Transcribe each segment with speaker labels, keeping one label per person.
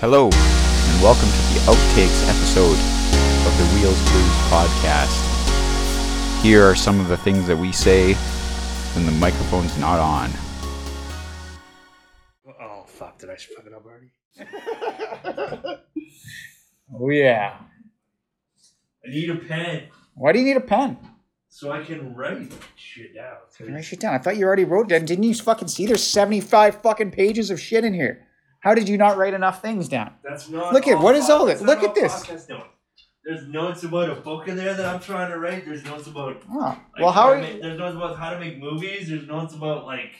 Speaker 1: Hello, and welcome to the Outtakes episode of the Wheels Blues podcast. Here are some of the things that we say when the microphone's not on.
Speaker 2: Oh fuck! Did I fuck it up already?
Speaker 1: Oh, yeah.
Speaker 2: I need a pen
Speaker 1: Why do you need a pen?
Speaker 2: so I can write shit down.
Speaker 1: Write shit down. I thought you already wrote it down. Didn't you fucking see there's 75 fucking pages of shit in here? How did you not write enough things down?
Speaker 2: That's not.
Speaker 1: Look at- what is all this?
Speaker 2: that's not
Speaker 1: Look at
Speaker 2: all
Speaker 1: this.
Speaker 2: podcast notes. There's notes about a book in there that I'm trying to write. There's notes about. Like,
Speaker 1: Oh, well, how are
Speaker 2: to
Speaker 1: you?
Speaker 2: make- There's notes about how to make movies. There's notes about like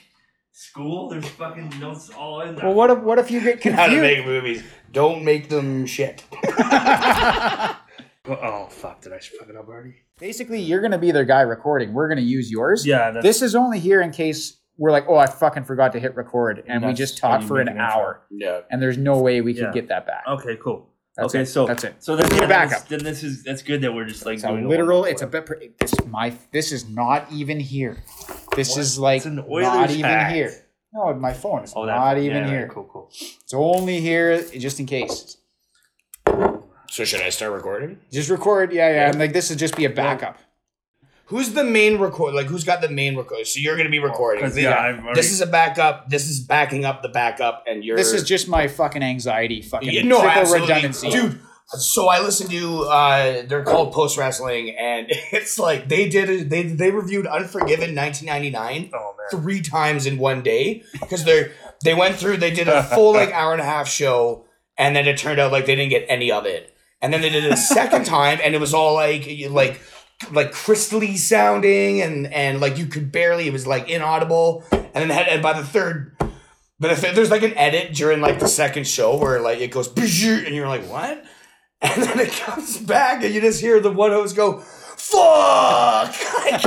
Speaker 2: school. There's fucking notes all in there.
Speaker 1: Well, what if what if you get
Speaker 3: How to
Speaker 1: confused?
Speaker 3: make movies. Don't make them shit.
Speaker 2: Oh fuck! Did I fuck it up already?
Speaker 1: Basically, you're gonna be their guy recording. We're gonna use yours.
Speaker 2: Yeah. That's,
Speaker 1: This is only here in case we're like, oh, I fucking forgot to hit record, and we
Speaker 2: That's
Speaker 1: just
Speaker 2: how
Speaker 1: talked
Speaker 2: you
Speaker 1: for
Speaker 2: make
Speaker 1: an
Speaker 2: an intro.
Speaker 1: hour,
Speaker 3: Yeah.
Speaker 1: and there's no way we could
Speaker 2: Yeah.
Speaker 1: get that back.
Speaker 2: okay. Cool.
Speaker 1: That's
Speaker 2: okay.
Speaker 1: it.
Speaker 2: So
Speaker 1: that's it.
Speaker 2: So then,
Speaker 1: Need a
Speaker 2: yeah,
Speaker 1: backup.
Speaker 2: This, then this is that's good that we're just like
Speaker 1: It's a
Speaker 2: doing
Speaker 1: literal.
Speaker 2: one-
Speaker 1: It's a bit. per- This my. This is not even here. This
Speaker 2: What?
Speaker 1: is like
Speaker 2: It's an Oilers
Speaker 1: not even
Speaker 2: hat.
Speaker 1: here. No, my phone is
Speaker 2: Oh, that,
Speaker 1: not
Speaker 2: yeah,
Speaker 1: even
Speaker 2: right,
Speaker 1: here.
Speaker 2: Cool. Cool.
Speaker 1: It's only here just in case.
Speaker 3: So should I start recording?
Speaker 1: Just record. Yeah, yeah.
Speaker 3: Yeah.
Speaker 1: And like this would just be a backup.
Speaker 3: Who's the main record? Like who's got the main record? So you're gonna be recording.
Speaker 2: 'Cause, yeah, I've already-
Speaker 3: This is a backup. This is backing up the backup, and you're.
Speaker 1: This is just my fucking anxiety. Fucking
Speaker 3: Yeah, no
Speaker 1: triple
Speaker 3: absolutely.
Speaker 1: redundancy.
Speaker 3: dude. So I listened to uh, they're called post wrestling, and it's like they did it. They they reviewed Unforgiven 1999
Speaker 2: Oh man.
Speaker 3: three times in one day because they they went through they did a full like hour and a half show and then it turned out like they didn't get any of it and then they did it a second time and it was all like you- like like crystally sounding and and like you could barely it was like inaudible and then had, and by the third but if there's like an edit during like the second show where like it goes and you're like what and then it comes back and you just hear the one host go fuck Like,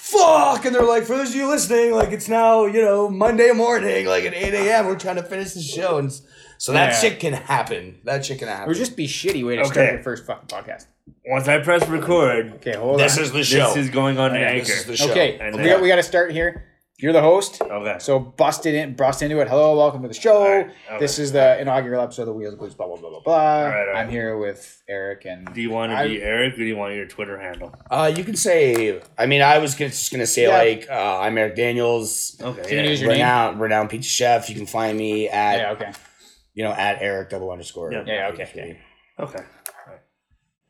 Speaker 3: fuck and they're like for those of you listening like it's now you know monday morning like at 8 a.m we're trying to finish the show and s- so that
Speaker 1: Yeah.
Speaker 3: shit can happen that shit can
Speaker 1: It
Speaker 3: happen
Speaker 1: would just be shitty way to start
Speaker 2: Okay.
Speaker 1: your first fucking podcast.
Speaker 2: Once I press record,
Speaker 1: Okay, hold on.
Speaker 3: is the
Speaker 2: this is going on to
Speaker 3: Yeah,
Speaker 2: Anchor.
Speaker 3: this is the show
Speaker 1: Okay,
Speaker 2: And
Speaker 1: we,
Speaker 2: then-
Speaker 1: got, we got to start here. You're the host,
Speaker 2: okay.
Speaker 1: so bust it in, bust into it. Hello, welcome to the show.
Speaker 2: All right, all
Speaker 1: This is the inaugural episode of the Wheels of Blues. Blah blah blah blah blah.
Speaker 2: All right, all
Speaker 1: I'm
Speaker 2: right.
Speaker 1: here with Eric and
Speaker 2: do you want to
Speaker 1: I-
Speaker 2: be Eric or do you want your Twitter handle?
Speaker 3: uh you can say i mean i was gonna- just gonna say
Speaker 1: Yeah.
Speaker 3: like uh, i'm eric daniels
Speaker 2: Okay.
Speaker 1: Do you use your name?
Speaker 3: renowned renowned pizza chef you can find me at
Speaker 1: Yeah, okay.
Speaker 3: you know at eric double underscore
Speaker 2: Yeah.
Speaker 1: Yeah, okay, yeah.
Speaker 2: Okay.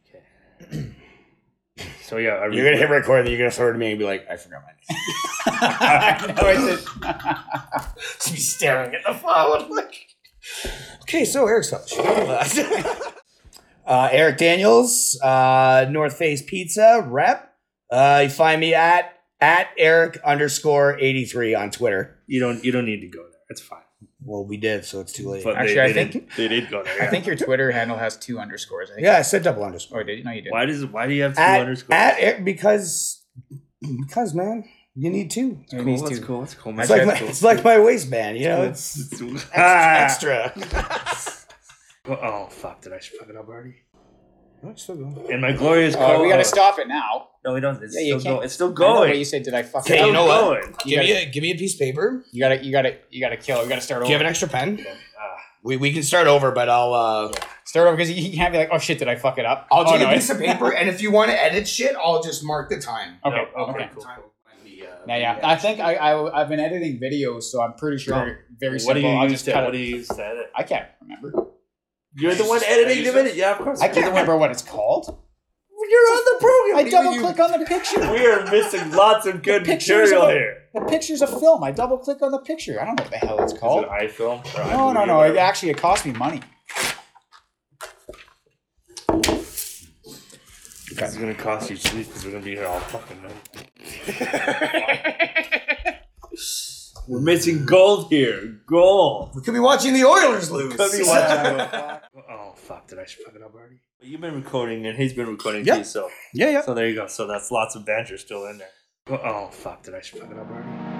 Speaker 2: Okay. So yeah, I
Speaker 3: you're gonna hit record then you're gonna throw it to me and be like i forgot my name
Speaker 1: No, I said-
Speaker 3: just be staring at the phone like okay so eric's up uh, eric daniels uh, north face pizza rep uh, you find me at at eric underscore 83 on twitter
Speaker 2: you don't you don't need to go there. It's fine.
Speaker 3: well we did so it's too late
Speaker 2: But
Speaker 1: Actually,
Speaker 2: they,
Speaker 1: I
Speaker 2: they
Speaker 1: think-
Speaker 2: did, they did go there.
Speaker 1: I think your Twitter handle has two underscores. I think.
Speaker 3: yeah i said double underscore
Speaker 1: Oh, did you? No, you did.
Speaker 2: Why does why do you have Oh, two
Speaker 3: at,
Speaker 2: underscores?
Speaker 3: at Eric- because because man you need two
Speaker 1: It
Speaker 2: cool,
Speaker 1: needs
Speaker 2: that's
Speaker 1: two.
Speaker 2: cool. That's cool.
Speaker 3: it's
Speaker 2: man.
Speaker 3: like, my, it's like my waistband you know it's
Speaker 2: It's cool. Ah!
Speaker 3: extra,
Speaker 2: Oh fuck! Did I fuck it up already?
Speaker 3: extra.
Speaker 2: And my glorious.
Speaker 1: Oh, we got to
Speaker 2: co-host-
Speaker 1: stop it now.
Speaker 2: No, we don't. It's
Speaker 1: Yeah, you
Speaker 2: still
Speaker 1: can't-
Speaker 2: going. It's still
Speaker 1: I know,
Speaker 2: going.
Speaker 1: but you said, did I fuck it
Speaker 3: Hey, you
Speaker 2: Still
Speaker 1: up?
Speaker 3: know what?
Speaker 2: going.
Speaker 1: You
Speaker 3: Give me
Speaker 1: gotta,
Speaker 3: a give me a piece of paper.
Speaker 1: you gotta, you gotta, you gotta kill. it. We gotta start
Speaker 3: Do
Speaker 1: over.
Speaker 3: you have an extra pen?
Speaker 2: Ah.
Speaker 3: We, we can start over, but I'll uh,
Speaker 1: start over because you can't be like, oh shit, did I fuck it up?
Speaker 3: I'll
Speaker 1: oh,
Speaker 3: take
Speaker 1: no,
Speaker 3: a
Speaker 1: it-
Speaker 3: piece of paper, and if you want to edit shit, I'll just mark the time.
Speaker 1: Okay,
Speaker 2: No,
Speaker 1: okay.
Speaker 2: cool.
Speaker 1: Yeah, yeah. I think I, I I've been editing videos, so I'm pretty sure
Speaker 2: No.
Speaker 1: very
Speaker 2: What do
Speaker 1: simple.
Speaker 2: you
Speaker 1: I'll
Speaker 2: use
Speaker 1: just
Speaker 2: to?
Speaker 1: cut
Speaker 2: What do
Speaker 1: it.
Speaker 2: you use to edit?
Speaker 1: I can't remember.
Speaker 2: You're the one editing the minute. Yeah, of course.
Speaker 1: I can't remember what it's called.
Speaker 3: You're on the program.
Speaker 1: I double click on the picture.
Speaker 2: We are missing lots of good
Speaker 1: pictures
Speaker 2: material
Speaker 1: of a-
Speaker 2: here.
Speaker 1: The picture's a film. I double click on the picture. I don't know what the hell it's
Speaker 2: Is
Speaker 1: called.
Speaker 2: it iFilm? or
Speaker 1: No, no,
Speaker 2: iMovie,
Speaker 1: no. It
Speaker 2: whatever?
Speaker 1: actually it cost me money.
Speaker 2: This is gonna cost you sleep because we're gonna be here all fucking night. we're missing gold here. Gold.
Speaker 3: We could be watching the Oilers lose.
Speaker 2: Could be watching Oh fuck! Did I fuck it up already? You've been recording and he's been recording
Speaker 3: Yeah.
Speaker 2: too, so
Speaker 3: yeah, yeah.
Speaker 2: so there you go. So that's lots of banter still in there. Oh fuck! Did I fuck it up already?